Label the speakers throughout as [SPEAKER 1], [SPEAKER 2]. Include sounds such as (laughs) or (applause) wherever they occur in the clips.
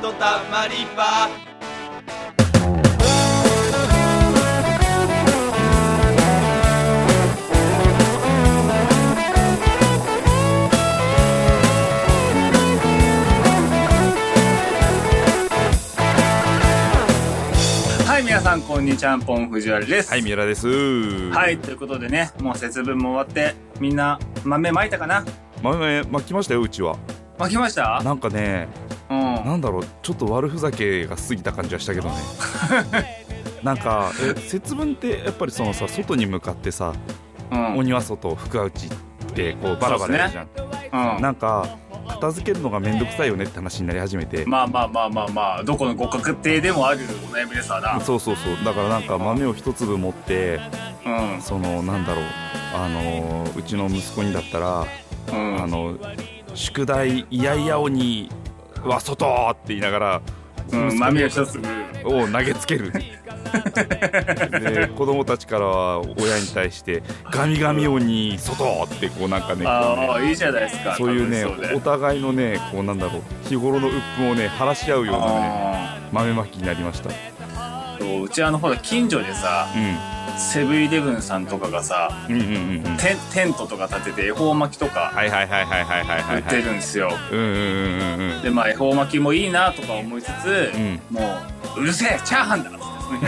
[SPEAKER 1] とたまり場
[SPEAKER 2] はい、皆さん、こんにちは、ポン藤原です。
[SPEAKER 3] はい、三浦です。は。
[SPEAKER 2] はいい、ということでね、もう節分も終わって、みんな、豆まいたかな
[SPEAKER 3] 豆、まきましたよ、うちは。
[SPEAKER 2] 巻きました
[SPEAKER 3] なんかね、
[SPEAKER 2] うん。
[SPEAKER 3] なんだろう、ちょっと悪ふざけが過ぎた感じはしたけどね。
[SPEAKER 2] (laughs)
[SPEAKER 3] なんか、え節分って、やっぱりそのさ、外に向かってさ、
[SPEAKER 2] うん。う
[SPEAKER 3] お
[SPEAKER 2] ん。
[SPEAKER 3] 庭外、福は内って、こう、バラバラやるじゃん。なんか、片付けるのがめんどくさいよねって話になり始めて。
[SPEAKER 2] まあまあまあまあまあ、どこのご家庭でもあるお悩みですわな。
[SPEAKER 3] そうそうそう。だからなんか豆を一粒持って、
[SPEAKER 2] うん。
[SPEAKER 3] その、なんだろう、あのー、うちの息子にだったら、
[SPEAKER 2] うん。
[SPEAKER 3] あの宿題いやいや鬼は外って言いながら、
[SPEAKER 2] うん、豆を一つ。
[SPEAKER 3] を投げつけるで子供たちからは親に対して「ガミガミ鬼外!」ってこうなんかね
[SPEAKER 2] ああ、いいじゃないですか。
[SPEAKER 3] そういうね
[SPEAKER 2] 楽し
[SPEAKER 3] お
[SPEAKER 2] そうで
[SPEAKER 3] 互いのねこうなんだろう日頃の鬱憤をね晴らし合うようなね
[SPEAKER 2] あ
[SPEAKER 3] 豆まきになりました
[SPEAKER 2] ーそううちあのほら近所でさ
[SPEAKER 3] う
[SPEAKER 2] セブンイレブンさんとかがさ
[SPEAKER 3] んうんうんうんうん
[SPEAKER 2] テンテントとか立てて恵方巻きとか
[SPEAKER 3] はいはいはいはいはいはいは
[SPEAKER 2] 売
[SPEAKER 3] い
[SPEAKER 2] ってるんですよ、
[SPEAKER 3] うんうんうんうん
[SPEAKER 2] でまあ恵方巻きもいいなとか思いつつ、
[SPEAKER 3] うん
[SPEAKER 2] もううるせえチャーハンだっつってその日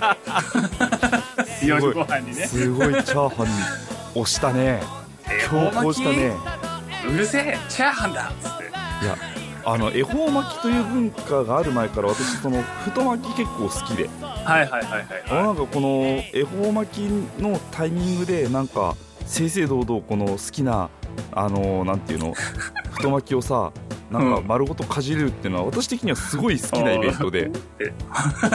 [SPEAKER 2] はチャーハンだったんだけど夜ご飯に
[SPEAKER 3] うん
[SPEAKER 2] ね
[SPEAKER 3] すごいチャーハンに押したね
[SPEAKER 2] 恵
[SPEAKER 3] 強
[SPEAKER 2] 方
[SPEAKER 3] 行
[SPEAKER 2] 巻
[SPEAKER 3] し
[SPEAKER 2] き
[SPEAKER 3] たね
[SPEAKER 2] うるせえチャーハンだっつって
[SPEAKER 3] いやあの恵方巻きという文化がある前から私その太巻き結構好きで
[SPEAKER 2] はいはいはいはい
[SPEAKER 3] あのなんかこの恵方巻きのタイミングでなんか正々堂々この好きなあのなんていう
[SPEAKER 2] (laughs)
[SPEAKER 3] の太巻きをさなんか
[SPEAKER 2] うん
[SPEAKER 3] 丸ごとかじれるっていうのは私的にはすごい好きなイベントで
[SPEAKER 2] (laughs)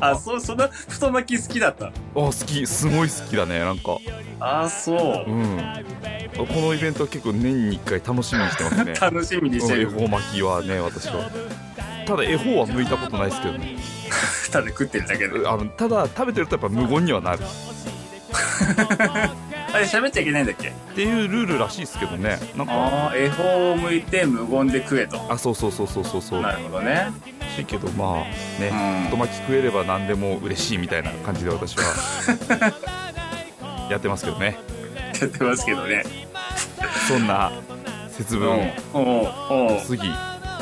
[SPEAKER 2] あそうそんな太巻き好きだった
[SPEAKER 3] あ好きすごい好きだねなんか
[SPEAKER 2] あそううん
[SPEAKER 3] このイベントは結構年に1回楽しみにしてますね
[SPEAKER 2] 楽しみにして
[SPEAKER 3] 恵
[SPEAKER 2] る
[SPEAKER 3] 方巻きはね私はただ恵方は向いたことないですけどね
[SPEAKER 2] ただ食ってるだけで
[SPEAKER 3] あのただ食べてるとやっぱ無言にはなる
[SPEAKER 2] あれ喋っちゃいけないんだっけ
[SPEAKER 3] っていうルールらしいですけどねなんか
[SPEAKER 2] ああ恵方を向いて無言で食えと
[SPEAKER 3] あそうそうそうそうそうそう
[SPEAKER 2] な
[SPEAKER 3] ら
[SPEAKER 2] るほどね
[SPEAKER 3] しいけどまあ
[SPEAKER 2] うん
[SPEAKER 3] ね太巻き食えれば何でも嬉しいみたいな感じで私は (laughs) やってますけどね
[SPEAKER 2] やってますけどね
[SPEAKER 3] そんな節
[SPEAKER 2] う
[SPEAKER 3] 分を
[SPEAKER 2] おうおう
[SPEAKER 3] 過ぎ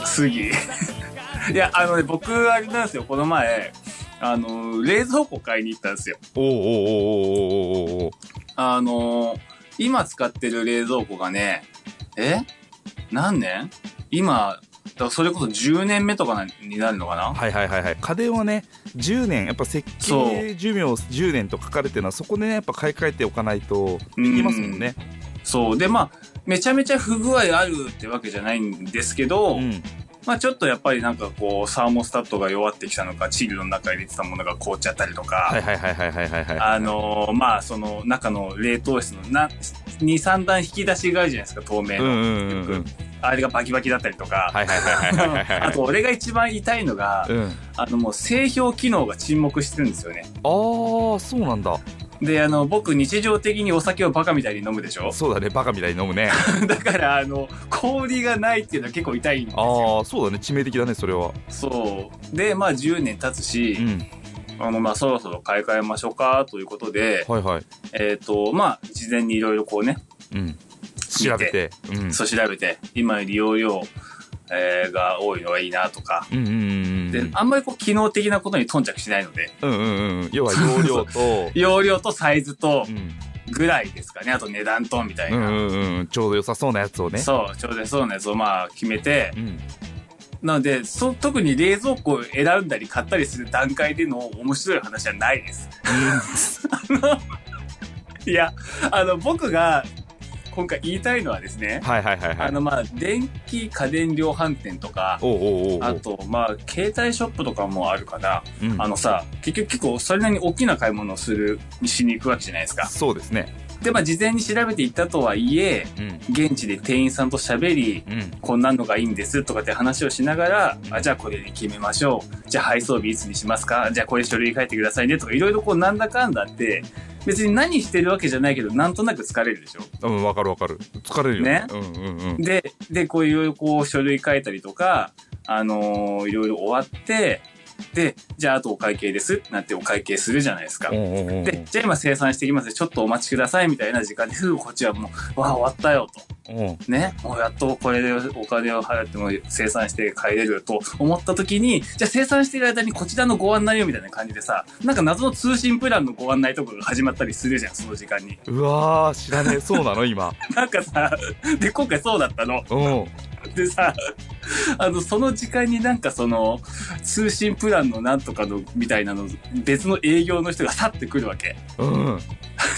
[SPEAKER 2] 杉いやあのね僕あれなんですよこの前あの冷蔵庫買いに行ったんですよ
[SPEAKER 3] おおおうおうおうおうおうおう
[SPEAKER 2] あの今使ってる冷蔵庫がねえ何年今だからそれこそ10年目とかなになるのかな
[SPEAKER 3] はいはいはいはい家電はね10年やっぱ設
[SPEAKER 2] そう
[SPEAKER 3] 計寿命10年と書かれてるのはそこでねやっぱ買い替えておかないといきますもんね
[SPEAKER 2] そうでまあめちゃめちゃ不具合あるってわけじゃないんですけ
[SPEAKER 3] う
[SPEAKER 2] ど、
[SPEAKER 3] ん
[SPEAKER 2] まあちょっとやっぱりなんかこうサーモスタットが弱ってきたのかチルドの中に入れてたものが凍っちゃったりとか、
[SPEAKER 3] はいはいはいはいはいはいはい
[SPEAKER 2] あのーまあその中の冷凍室のな23段引き出しがあるじゃないですか透明の、
[SPEAKER 3] うんうんうんうん
[SPEAKER 2] あれがバキバキだったりとか、
[SPEAKER 3] はいはいはいはいはい (laughs) はいはい
[SPEAKER 2] あと俺が一番痛いのが、
[SPEAKER 3] うん
[SPEAKER 2] あのもう製氷機能が沈黙してるんですよね
[SPEAKER 3] ああそうなんだ
[SPEAKER 2] であの僕日常的にお酒をバカみたいに飲むでしょ
[SPEAKER 3] そうだねバカみたいに飲むね
[SPEAKER 2] だからあの氷がないっていうのは結構痛いんですよ
[SPEAKER 3] ああそうだね致命的だねそれは
[SPEAKER 2] そうでまあ10年経つ
[SPEAKER 3] う
[SPEAKER 2] し、
[SPEAKER 3] ん
[SPEAKER 2] あのまあそろそろ買い替えましょうかということで、
[SPEAKER 3] はいはい
[SPEAKER 2] えっ、とまあ事前にいろいろこうね
[SPEAKER 3] うん調べてうん
[SPEAKER 2] そう調べて、今より容量、えーが多いのがいいなとか。
[SPEAKER 3] うんうんうんう
[SPEAKER 2] で
[SPEAKER 3] ん、
[SPEAKER 2] あんまりこう、機能的なことに頓着しないので、
[SPEAKER 3] うんうんうん要は容量と
[SPEAKER 2] 容量とサイズと
[SPEAKER 3] うん
[SPEAKER 2] ぐらいですかね。あと値段とみたい
[SPEAKER 3] うん
[SPEAKER 2] な。
[SPEAKER 3] うんうんちょうど良さそうなやつをね
[SPEAKER 2] そう、ちょうどそうなやつをまあ決めて、
[SPEAKER 3] うん
[SPEAKER 2] なので、そ特に冷蔵庫を選んだり買ったりする段階での面白い話はないです。 (laughs) いや、あの、僕が今回言いたいのはですね、
[SPEAKER 3] はいはいはいは
[SPEAKER 2] あ
[SPEAKER 3] い
[SPEAKER 2] のまあ、電気家電量販店とか、
[SPEAKER 3] おうおうおうおう
[SPEAKER 2] あと、まあ、携帯ショップとかもあるから、
[SPEAKER 3] うん
[SPEAKER 2] あのさ、結局結構それなりに大きな買い物をする、しに行くわけじゃないですか。
[SPEAKER 3] そうですね
[SPEAKER 2] で、まあ事前に調べていったとはいえ、
[SPEAKER 3] うん
[SPEAKER 2] 現地で店員さんと喋り、
[SPEAKER 3] うん
[SPEAKER 2] こんなのがいいんですとかって話をしながら、あ、じゃあこれで決めましょう。じゃあ配送日いつにしますかじゃあこれ書類書いてくださいねとか、いろいろこうなんだかんだって、別に何してるわけじゃないけど、なんとなく疲れるでしょ
[SPEAKER 3] うんわかるわかる疲れるよねうんうんうん
[SPEAKER 2] で、で、こういろいろこう書類書いたりとか、あのーいろいろ終わって、で、じゃああとお会計ですってなってお会計するじゃないですか。
[SPEAKER 3] うんうんうんうん
[SPEAKER 2] で、じゃあ今生産していきますちょっとお待ちくださいみたいな時間で、ふう、こっちはもう、わあ、終わったよと。
[SPEAKER 3] うん
[SPEAKER 2] ね、もうやっとこれでお金を払っても生産して帰れると思った時に、じゃあ生産してる間にこちらのご案内をみたいな感じでさ、なんか謎の通信プランのご案内とかが始まったりするじゃん、その時間に。
[SPEAKER 3] うわー知らねえそうなの今
[SPEAKER 2] なんかさ、で、今回そうだったの。
[SPEAKER 3] うん
[SPEAKER 2] でさ、あの、その時間になんかその、通信プランのなんとかの、みたいなの、別の営業の人が去ってくるわけ。
[SPEAKER 3] うん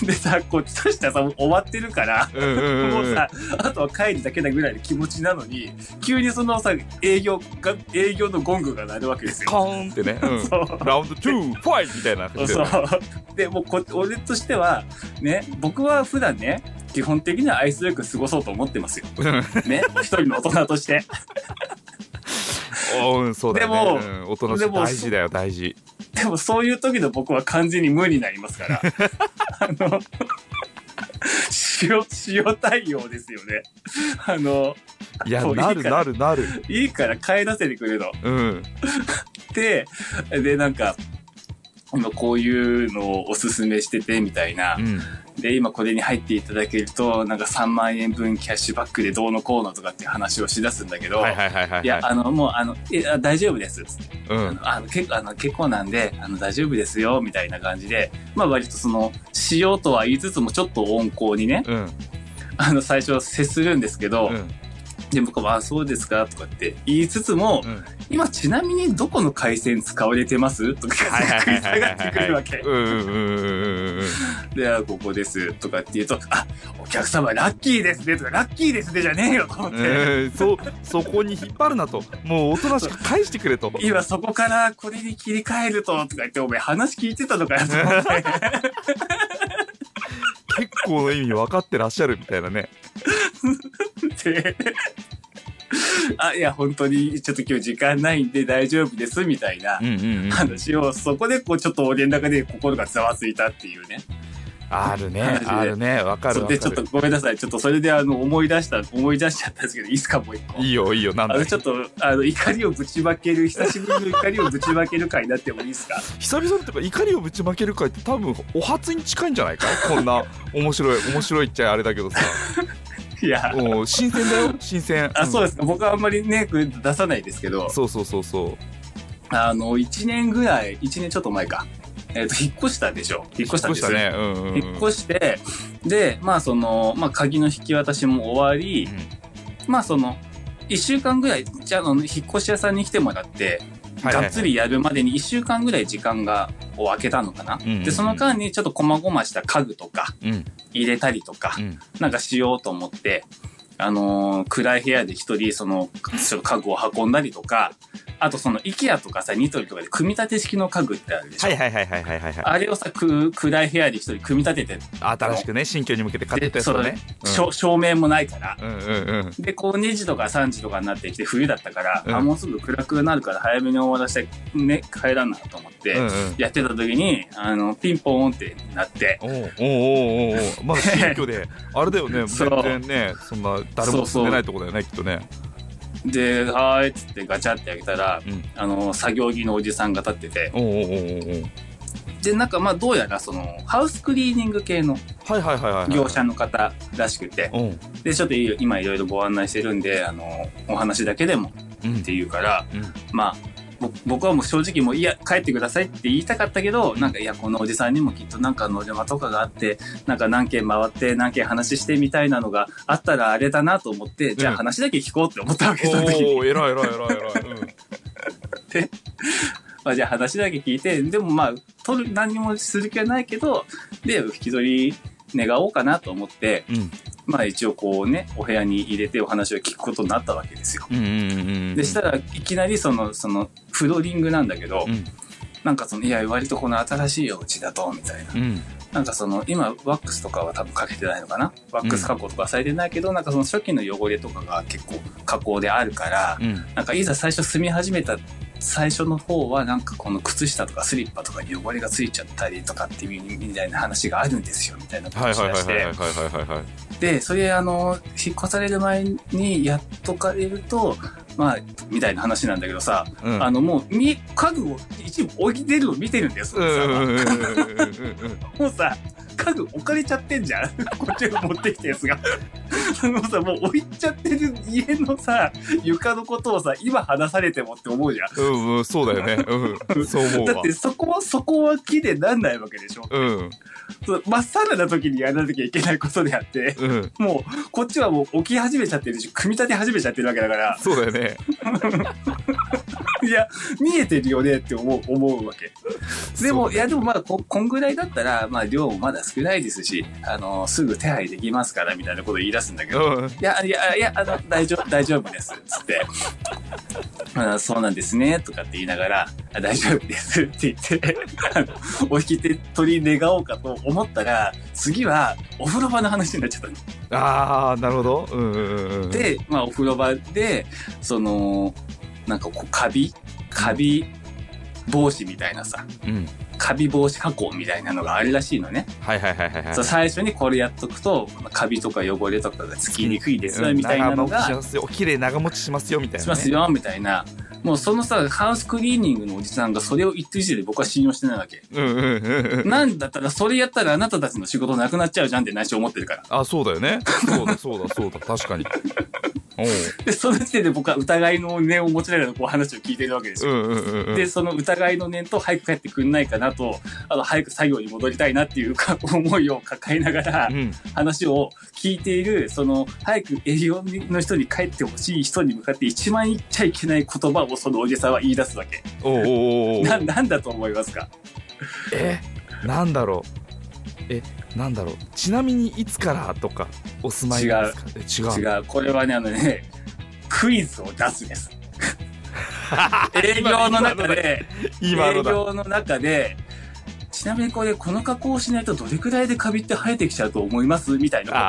[SPEAKER 2] でさ、こっちとしてはさ、もう終わってるから、
[SPEAKER 3] うんうん
[SPEAKER 2] も
[SPEAKER 3] うんう
[SPEAKER 2] うんさ、あとは帰るだけだぐらいの気持ちなのに、急にそのさ、営業が、営業のゴングが鳴るわけですよ。
[SPEAKER 3] カーンってね、うん
[SPEAKER 2] そう。
[SPEAKER 3] ラウンド2ファイトみたいな感じ
[SPEAKER 2] そ
[SPEAKER 3] で
[SPEAKER 2] う。で、もうこ、俺としては、ね、僕は普段ね、基本的には愛想よく過ごそうと思ってますよ。
[SPEAKER 3] うん
[SPEAKER 2] ね、一人の大人として。
[SPEAKER 3] おうんそうだよね
[SPEAKER 2] で
[SPEAKER 3] うん、大人し
[SPEAKER 2] で
[SPEAKER 3] い
[SPEAKER 2] も
[SPEAKER 3] 大事だよ大事
[SPEAKER 2] (laughs) でもそういう時の僕は完全に無になります
[SPEAKER 3] (laughs)
[SPEAKER 2] から。あの、塩、塩対応ですよね。あの、
[SPEAKER 3] いや
[SPEAKER 2] もういい
[SPEAKER 3] なる
[SPEAKER 2] から
[SPEAKER 3] なるなる
[SPEAKER 2] いいから帰らせてくれと。
[SPEAKER 3] うん
[SPEAKER 2] で、で、なんか、今こういうのをおすすめしててみたいな
[SPEAKER 3] う。ん
[SPEAKER 2] で、今これに入っていただけると、なんか3万円分キャッシュバックでどうのこうのとかって話をしだすんだけど、
[SPEAKER 3] はいはいはいはいはい
[SPEAKER 2] いや、あの、もう、あの、いや大丈夫です。つって
[SPEAKER 3] うん
[SPEAKER 2] あの結構あの結構なんであの大丈夫ですよみたいな感じで、まあ、割とそのしようとは言いつつもちょっと温厚にね
[SPEAKER 3] うん
[SPEAKER 2] あの最初は接するんですけど、
[SPEAKER 3] うん
[SPEAKER 2] で僕は「あそうですか」とかって言いつつも「
[SPEAKER 3] うん
[SPEAKER 2] 今ちなみにどこの回線使われてます?」とか
[SPEAKER 3] はいはい
[SPEAKER 2] 食い
[SPEAKER 3] はい
[SPEAKER 2] 下
[SPEAKER 3] は
[SPEAKER 2] が
[SPEAKER 3] い
[SPEAKER 2] ってくるわけ
[SPEAKER 3] うんうんうんうんうんうん
[SPEAKER 2] 「であここです」とかって言うと「あお客様ラッキーですね」とか「ラッキーですね」じゃねえよと思って。
[SPEAKER 3] えーそそこに引っ張るなともう大人しか返してくれと (laughs)
[SPEAKER 2] 今そこからこれに切り替えるととか言ってお前話聞いてたのかよと思って
[SPEAKER 3] 結構の意味分かってらっしゃるみたいなね
[SPEAKER 2] って。あ、いや、本当に、ちょっと今日時間ないんで大丈夫です、みたいな
[SPEAKER 3] うんうんうん
[SPEAKER 2] 話を、そこで、こう、ちょっと俺の中で心がざわついたっていうね。
[SPEAKER 3] あるね
[SPEAKER 2] 話で
[SPEAKER 3] あるね分かる
[SPEAKER 2] それで、
[SPEAKER 3] 分
[SPEAKER 2] ち
[SPEAKER 3] か
[SPEAKER 2] ょっと
[SPEAKER 3] る
[SPEAKER 2] ごめんなさい。ちょっとそれで、あの、思い出した、思い出しちゃったんですけど、いいですか、もう一個。
[SPEAKER 3] いいよいいよなん
[SPEAKER 2] あ
[SPEAKER 3] だ
[SPEAKER 2] の、ちょっと、あの、怒りをぶちまける、久しぶりの怒りをぶちまける回になってもいいですか
[SPEAKER 3] 久々にとか怒りをぶちまける会って多分お初に近いんじゃないかこんな面白い面白いっちゃあれだけどさ
[SPEAKER 2] いや、
[SPEAKER 3] お新鮮だよ新鮮
[SPEAKER 2] (laughs) あ、そう
[SPEAKER 3] う
[SPEAKER 2] ですか。僕はあんまりね、これ出さないですけど
[SPEAKER 3] ん、そうそうそうそう
[SPEAKER 2] あの、1年ぐらい、1年ちょっと前か。えっ、と、引っ越したでしょ引っ越したんですよ。
[SPEAKER 3] ねうんうんうん
[SPEAKER 2] 引っ越して、で、まあその、まあ鍵の引き渡しも終わり、まあその、一週間ぐらい、じゃあ、あの、引っ越し屋さんに来てもらって、
[SPEAKER 3] はいはい
[SPEAKER 2] がっつりやるまでに一週間ぐらい時間が、を空けたのかな。
[SPEAKER 3] うんうんうん
[SPEAKER 2] で、その間にちょっと細々した家具とか、
[SPEAKER 3] うんうん
[SPEAKER 2] 入れたりとか、
[SPEAKER 3] うん
[SPEAKER 2] なんかしようと思って、あのー暗い部屋で一人、その、ちょっと家具を運んだりとか、あとその、IKEA とかさ、ニトリとかで組み立て式の家具ってあるでしょ。
[SPEAKER 3] はいはいはいはいはいはいは
[SPEAKER 2] あれをさ、く暗い部屋で一人組み立てて
[SPEAKER 3] い新しくね新居に向けて買ってたやつだねうん
[SPEAKER 2] 照照明もないから。
[SPEAKER 3] うんうんうん
[SPEAKER 2] で、こう2時とか3時とかになってきて冬だったから、
[SPEAKER 3] うん
[SPEAKER 2] あ、もうすぐ暗くなるから早めに終わらせて、ね、帰らんなと思って、
[SPEAKER 3] うんうん
[SPEAKER 2] やってた時に、あの、ピンポーンってなって、
[SPEAKER 3] おうおうおうおうおうまだ新居であれだよ
[SPEAKER 2] (laughs)
[SPEAKER 3] ね
[SPEAKER 2] そう
[SPEAKER 3] 全然ねそんな誰も住んでないとこだよねきっとね
[SPEAKER 2] で、はーいっつってガチャって開けたら、
[SPEAKER 3] うん
[SPEAKER 2] あの、作業着のおじさんが立ってて、
[SPEAKER 3] おうおうおうおうおう
[SPEAKER 2] で、なんかまあどうやらその、ハウスクリーニング系の
[SPEAKER 3] はいはいはいはいはい
[SPEAKER 2] 業者の方らしくて、
[SPEAKER 3] うんうん
[SPEAKER 2] で、ちょっとい今いろいろご案内してるんで、あの、お話だけでもっていうから、
[SPEAKER 3] うん
[SPEAKER 2] まあ、ぼ僕はもう正直もう、いや、帰ってくださいって言いたかったけど、なんか、いや、このおじさんにもきっとなんかノルマとかがあって、なんか何件回って、何件話してみたいなのがあったらあれだなと思って、じゃ
[SPEAKER 3] うん
[SPEAKER 2] あ話だけ聞こうって思
[SPEAKER 3] (laughs)
[SPEAKER 2] ったわけその時に。
[SPEAKER 3] おお偉い偉い偉い偉いうん
[SPEAKER 2] まあ、じゃあ話だけ聞いて、でもまあ、取る、何もする気はないけど、で、引き取り願おうかなと思って、
[SPEAKER 3] うん
[SPEAKER 2] まあ一応こうね、お部屋に入れてお話を聞くことになったわけですよ。
[SPEAKER 3] うんうんうんうん
[SPEAKER 2] でしたらいきなりそのそのフローリングなんだけど、
[SPEAKER 3] うん
[SPEAKER 2] なんかそのいや割とこの新しいお家だとみたいな
[SPEAKER 3] うん
[SPEAKER 2] なんかその今ワックスとかは多分かけてないのかなワックス加工とかされてないけど、なんかその初期の汚れとかが結構加工であるから、
[SPEAKER 3] うん
[SPEAKER 2] なんかいざ最初住み始めた最初の方はなんかこの靴下とかスリッパとかに汚れがついちゃったりとかっていうみたいな話があるんですよみたいなこと
[SPEAKER 3] はい
[SPEAKER 2] をし
[SPEAKER 3] は
[SPEAKER 2] だ
[SPEAKER 3] いは
[SPEAKER 2] し
[SPEAKER 3] いはい
[SPEAKER 2] て
[SPEAKER 3] はいはいはいはい
[SPEAKER 2] で、それ、あの、引っ越される前にやっとかれると、まあ、みたいな話なんだけどさ、
[SPEAKER 3] うん
[SPEAKER 2] あの、もう、見、家具を一部置いてるのを見てるんだよ、そ
[SPEAKER 3] うん
[SPEAKER 2] の
[SPEAKER 3] う
[SPEAKER 2] さ
[SPEAKER 3] んうんうんうん
[SPEAKER 2] もうさ、家具置かれちゃってんじゃん。こっちが持ってきたやつが。そのさ、もう置いちゃってる家のさ、床のことをさ、今話されてもって思うじゃん。
[SPEAKER 3] うんうんそうだよね、うん、そう思う
[SPEAKER 2] だっ
[SPEAKER 3] わ
[SPEAKER 2] てそこは、そこは木でなんないわけでしょ。
[SPEAKER 3] うん
[SPEAKER 2] そう真っさらな時にやらなきゃいけないことであって、
[SPEAKER 3] うん
[SPEAKER 2] もう、こっちはもう置き始めちゃってるし、組み立て始めちゃってるわけだから、
[SPEAKER 3] そうだよね
[SPEAKER 2] いや、見えてるよねって思う、思うわけ。でも、
[SPEAKER 3] そう
[SPEAKER 2] いや、でもまあこ、こんぐらいだったら、まあ、量もまだ少ないですし、あの、すぐ手配できますから、みたいなこと言い出すんだけど、
[SPEAKER 3] うん
[SPEAKER 2] いや、いや、いや、あの、大丈夫、大丈夫です。つって。 (laughs) あそうなんですね、とかって言いながら、あ大丈夫ですって言って、あのお引き手取り願おうかと思ったら、次はお風呂場の話になっちゃったの
[SPEAKER 3] ああなるほどうんうんうんうん
[SPEAKER 2] で、まあお風呂場で、その、なんかこう、カビカビ防止みたいなさ、
[SPEAKER 3] うん
[SPEAKER 2] カビ防止加工みたいなのがあるらしいのね。
[SPEAKER 3] はいはいはいはいはい
[SPEAKER 2] そう最初にこれやっとくと、カビとか汚れとかがつきにくいですよ、
[SPEAKER 3] うん
[SPEAKER 2] みたいなの
[SPEAKER 3] 長
[SPEAKER 2] が
[SPEAKER 3] 持ちし、ますよ綺麗に長持ちしますよみたいな、ね、
[SPEAKER 2] しますよ、みたいな。もうそのさ、ハウスクリーニングのおじさんがそれを言ってる時点で僕は信用してないわけ。
[SPEAKER 3] うんうんうんうん
[SPEAKER 2] なんだったらそれやったらあなたたちの仕事なくなっちゃうじゃんって内緒思ってるから。
[SPEAKER 3] あそうだよねそうだそうだそうだ確かにおう
[SPEAKER 2] で、その時点で僕は疑いの念を持ちながらこう話を聞いてるわけです
[SPEAKER 3] う
[SPEAKER 2] よ。
[SPEAKER 3] んうんうんうん
[SPEAKER 2] で、その疑いの念と早く帰ってくんないかなと、あの、早く作業に戻りたいなっていうか (laughs) 思いを抱えながら
[SPEAKER 3] う、ん
[SPEAKER 2] 話を聞いている、その、早く営業の人に帰ってほしい人に向かって一番言っちゃいけない言葉をそのおじさんは言い出すわけ。
[SPEAKER 3] おうおうおうおう
[SPEAKER 2] な、なんだと思いますか
[SPEAKER 3] えなんだろうえなんだろうちなみにいつからとかお住まいなんですかえ違う
[SPEAKER 2] 違う、これはね、あのね、クイズを出す
[SPEAKER 3] (laughs)
[SPEAKER 2] です。営業の中で、
[SPEAKER 3] 今の
[SPEAKER 2] 営
[SPEAKER 3] だ
[SPEAKER 2] 業の中で、ちなみにこれ、この加工をしないとどれくらいでカビって生えてきちゃうと思いますみたいなことを
[SPEAKER 3] あ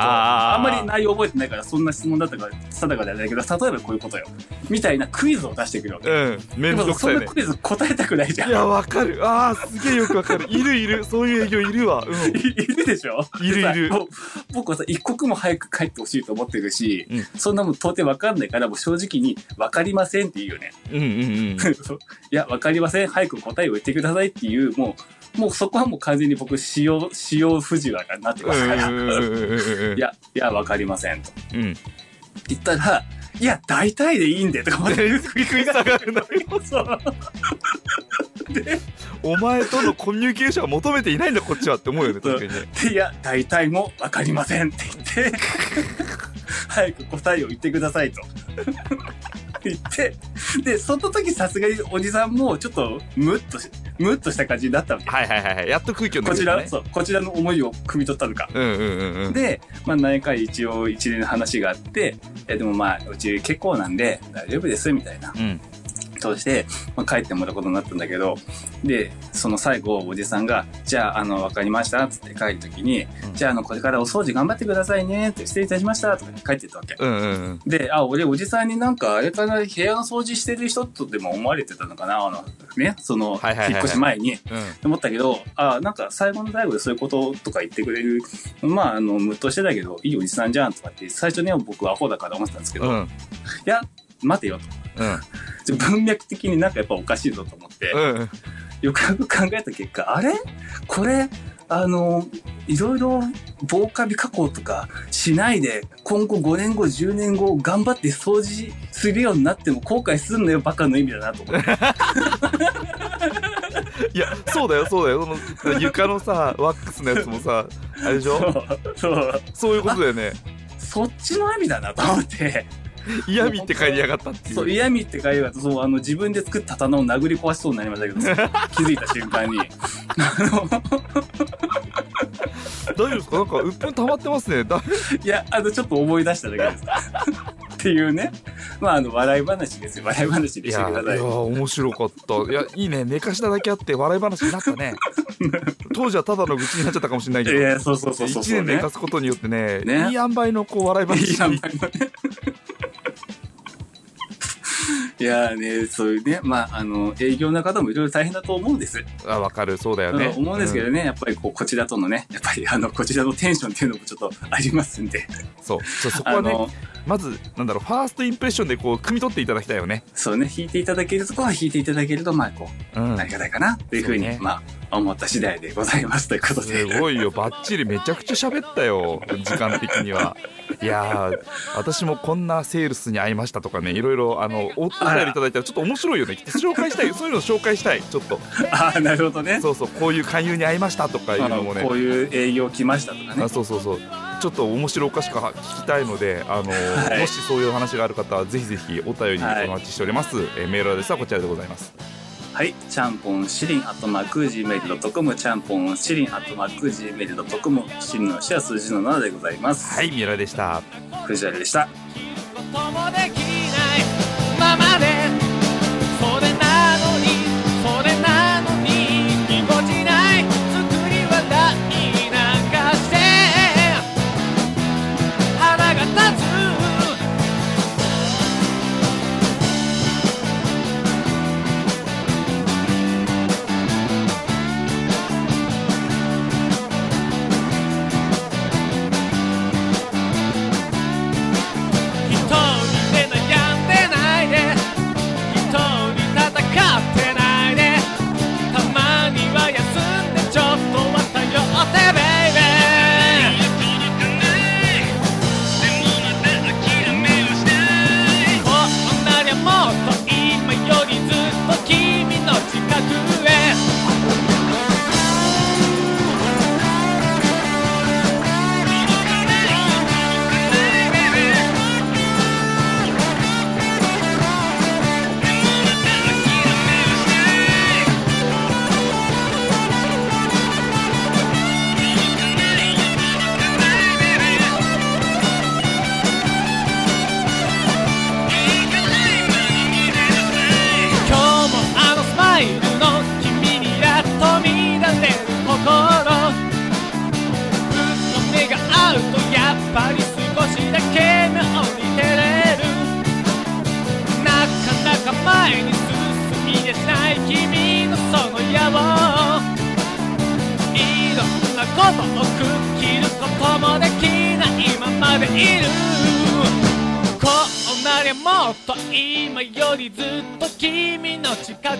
[SPEAKER 3] ー
[SPEAKER 2] あんまり内容覚えてないから、そんな質問だったか定かではないけど、例えばこういうことよ。みたいなクイズを出してくるわけ。
[SPEAKER 3] うん面
[SPEAKER 2] で
[SPEAKER 3] 倒
[SPEAKER 2] もそ
[SPEAKER 3] くさ
[SPEAKER 2] ん
[SPEAKER 3] い
[SPEAKER 2] な
[SPEAKER 3] ね
[SPEAKER 2] クイズ答えたくないじゃん。
[SPEAKER 3] いやわかるあーすげえよくわかるいるいるそういう営業いるわうん
[SPEAKER 2] いいるでしょ
[SPEAKER 3] いるい
[SPEAKER 2] で
[SPEAKER 3] る
[SPEAKER 2] さ (laughs) もう僕はさ、一刻も早く帰ってほしいと思ってるし、
[SPEAKER 3] うん
[SPEAKER 2] そんなもん到底わかんないから、もう正直にわかりませんって言うよね。
[SPEAKER 3] うんうんうん
[SPEAKER 2] そういや、わかりません。早く答えを言ってくださいっていう、もう、もうそこはもう完全に僕、使用、使用不自由になってますから。
[SPEAKER 3] うん
[SPEAKER 2] い
[SPEAKER 3] うんうんうんうん
[SPEAKER 2] や、いや、わかりませんと。
[SPEAKER 3] うん
[SPEAKER 2] 言ったら、いや、大体でいいんで、とか思
[SPEAKER 3] (laughs)
[SPEAKER 2] って。
[SPEAKER 3] 食い食い下がるな
[SPEAKER 2] そう
[SPEAKER 3] お前とのコミュニケーションは求めていないんだこっちはって思うよね確かにね
[SPEAKER 2] でいや、大体もわかりませんって言
[SPEAKER 3] (laughs)
[SPEAKER 2] って、早く答えを言ってくださいと。 (laughs) 言って、で、その時さすがにおじさんもちょっとムッとし、ムッとした感じになったわけ。
[SPEAKER 3] はいはいはいはいやっと空気を抜
[SPEAKER 2] こ
[SPEAKER 3] け
[SPEAKER 2] ち
[SPEAKER 3] た
[SPEAKER 2] ら、
[SPEAKER 3] ね
[SPEAKER 2] そう、こちらの思いを汲み取ったのか。
[SPEAKER 3] うんうんうんうん
[SPEAKER 2] で、まあ、何回一応一連の話があって、いやでもまあ、うち結構なんで大丈夫です、みたいな。
[SPEAKER 3] うん
[SPEAKER 2] そうして、まあ、帰ってもらうことになったんだけど、で、その最後、おじさんが、じゃあ、あの、わかりました、つって帰るときに、
[SPEAKER 3] うん
[SPEAKER 2] じゃあ、あの、これからお掃除頑張ってくださいね、って、失礼いたしました、とかって帰ってったわけ。
[SPEAKER 3] うんうんうん
[SPEAKER 2] で、あ、俺、おじさんになんか、あれかな、部屋の掃除してる人とでも思われてたのかな、あの、ね、その、
[SPEAKER 3] はいはいはいはい
[SPEAKER 2] 引っ越し前に。
[SPEAKER 3] うん
[SPEAKER 2] 思ったけど、あなんか最後の最後でそういうこととか言ってくれる、まあ、あの、ムッとしてたけど、いいおじさんじゃんとかって、最初ね、僕はアホだから思ってたんですけど、
[SPEAKER 3] う
[SPEAKER 2] い
[SPEAKER 3] ん
[SPEAKER 2] や、待てよと。ちょ文脈的になんかやっぱおかしいぞと思って、
[SPEAKER 3] うんうん
[SPEAKER 2] よくよく考えた結果、あれこれ、あの、いろいろ防カビ加工とかしないで、今後5年後、10年後、頑張って掃除するようになっても後悔すんのよ、バカの意味だなと思って。
[SPEAKER 3] いやそうだよそうだよその床のさワックスのやつもさあれでし
[SPEAKER 2] そ
[SPEAKER 3] ょ
[SPEAKER 2] う、 (laughs) そう、
[SPEAKER 3] そういうことだよね
[SPEAKER 2] そっちの意味だなと思って。
[SPEAKER 3] 嫌味って帰りやがったっていう
[SPEAKER 2] そう、嫌味って書いてあると、そう、あの、自分で作った棚を殴り壊しそうになりましたけ
[SPEAKER 3] (laughs)
[SPEAKER 2] ど、気づいた瞬間に。あの、
[SPEAKER 3] 大丈夫ですかなんかうっぷん溜まってますねだ
[SPEAKER 2] いや、あの、ちょっと思い出しただけです。 (laughs) っていうね。まあ、あの、笑い話ですよ。笑い話
[SPEAKER 3] い
[SPEAKER 2] でして
[SPEAKER 3] や
[SPEAKER 2] く
[SPEAKER 3] い
[SPEAKER 2] ださい
[SPEAKER 3] や。面白かったいやいいね寝かしただけあって笑い話になったね当時はただの愚痴になっちゃったかもしれないけ
[SPEAKER 2] い
[SPEAKER 3] ど
[SPEAKER 2] や、そうそうそうそうそ
[SPEAKER 3] 一
[SPEAKER 2] う、
[SPEAKER 3] 年
[SPEAKER 2] ね。
[SPEAKER 3] 寝かすことによってね
[SPEAKER 2] ね
[SPEAKER 3] いい塩梅のこう笑い
[SPEAKER 2] い
[SPEAKER 3] 話
[SPEAKER 2] や
[SPEAKER 3] に
[SPEAKER 2] まあね (laughs) いやーね、そういうね、まあ、あの、営業の方もいろいろ大変だと思うんです。
[SPEAKER 3] あわかるそうだよね、
[SPEAKER 2] うん思うんですけどね、やっぱりこう、こちらとのね、やっぱりあの、こちらのテンションっていうのもちょっとありますんで、
[SPEAKER 3] うんそうそうそこ
[SPEAKER 2] あ
[SPEAKER 3] はね
[SPEAKER 2] の、
[SPEAKER 3] まずなんだろうファーストインプレッションでこう汲み取っていただきたいよね。
[SPEAKER 2] そうね、弾いていただけるとこは弾いていただけると、まあ、こう、
[SPEAKER 3] うん、
[SPEAKER 2] ありがたいかな、というふうに、
[SPEAKER 3] そうね
[SPEAKER 2] まあ、思った次第でございますということで。
[SPEAKER 3] すごいよバッチリめちゃくちゃ喋ったよ時間的にはいやー私もこんなセールスに会いましたとかねいろいろあのおお便りいただいたらちょっと面白いよね紹介したいそういうの紹介したいちょっと
[SPEAKER 2] (laughs) ああ、なるほどね。
[SPEAKER 3] そうそうこういう勧誘に会いましたとかいう
[SPEAKER 2] あ
[SPEAKER 3] の
[SPEAKER 2] の
[SPEAKER 3] もね
[SPEAKER 2] こういう営業来ましたとかね
[SPEAKER 3] あ。そうそうそうちょっと面白おかしくは聞きたいのであの、
[SPEAKER 2] い
[SPEAKER 3] もしそういう話がある方はぜひぜひお便りお待ちしております、えーメールアドレスはこちらでございます
[SPEAKER 2] はい、ちゃんぽんしりん、あとマーク、gmail.com、ちゃんぽんしりん、あとマーク、gmail.com、しりんのしは数字の7でございます。
[SPEAKER 3] はいミラでした
[SPEAKER 2] 藤原でした。
[SPEAKER 1] こともできないままでそれなのにそれなのにぎこちない作り笑いなんかして腹が立つ一人で悩んでないで一人戦ってないでたまには休んでちょっとは頼ってベイベーこんなにもっと今よりずっと君の近くへ今日もあのスマイルの君にやっと見られる心ずっと目が合うとやっぱり少しだけ目を似てれるなかなか前に進み出ない君のその野望いろんなことをくっ切ることもできないままでいるこうなりゃもっと今よりずっと君の近く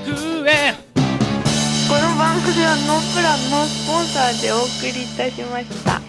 [SPEAKER 1] へ
[SPEAKER 4] この番組はノープランのスポンサーでお送りいたしました。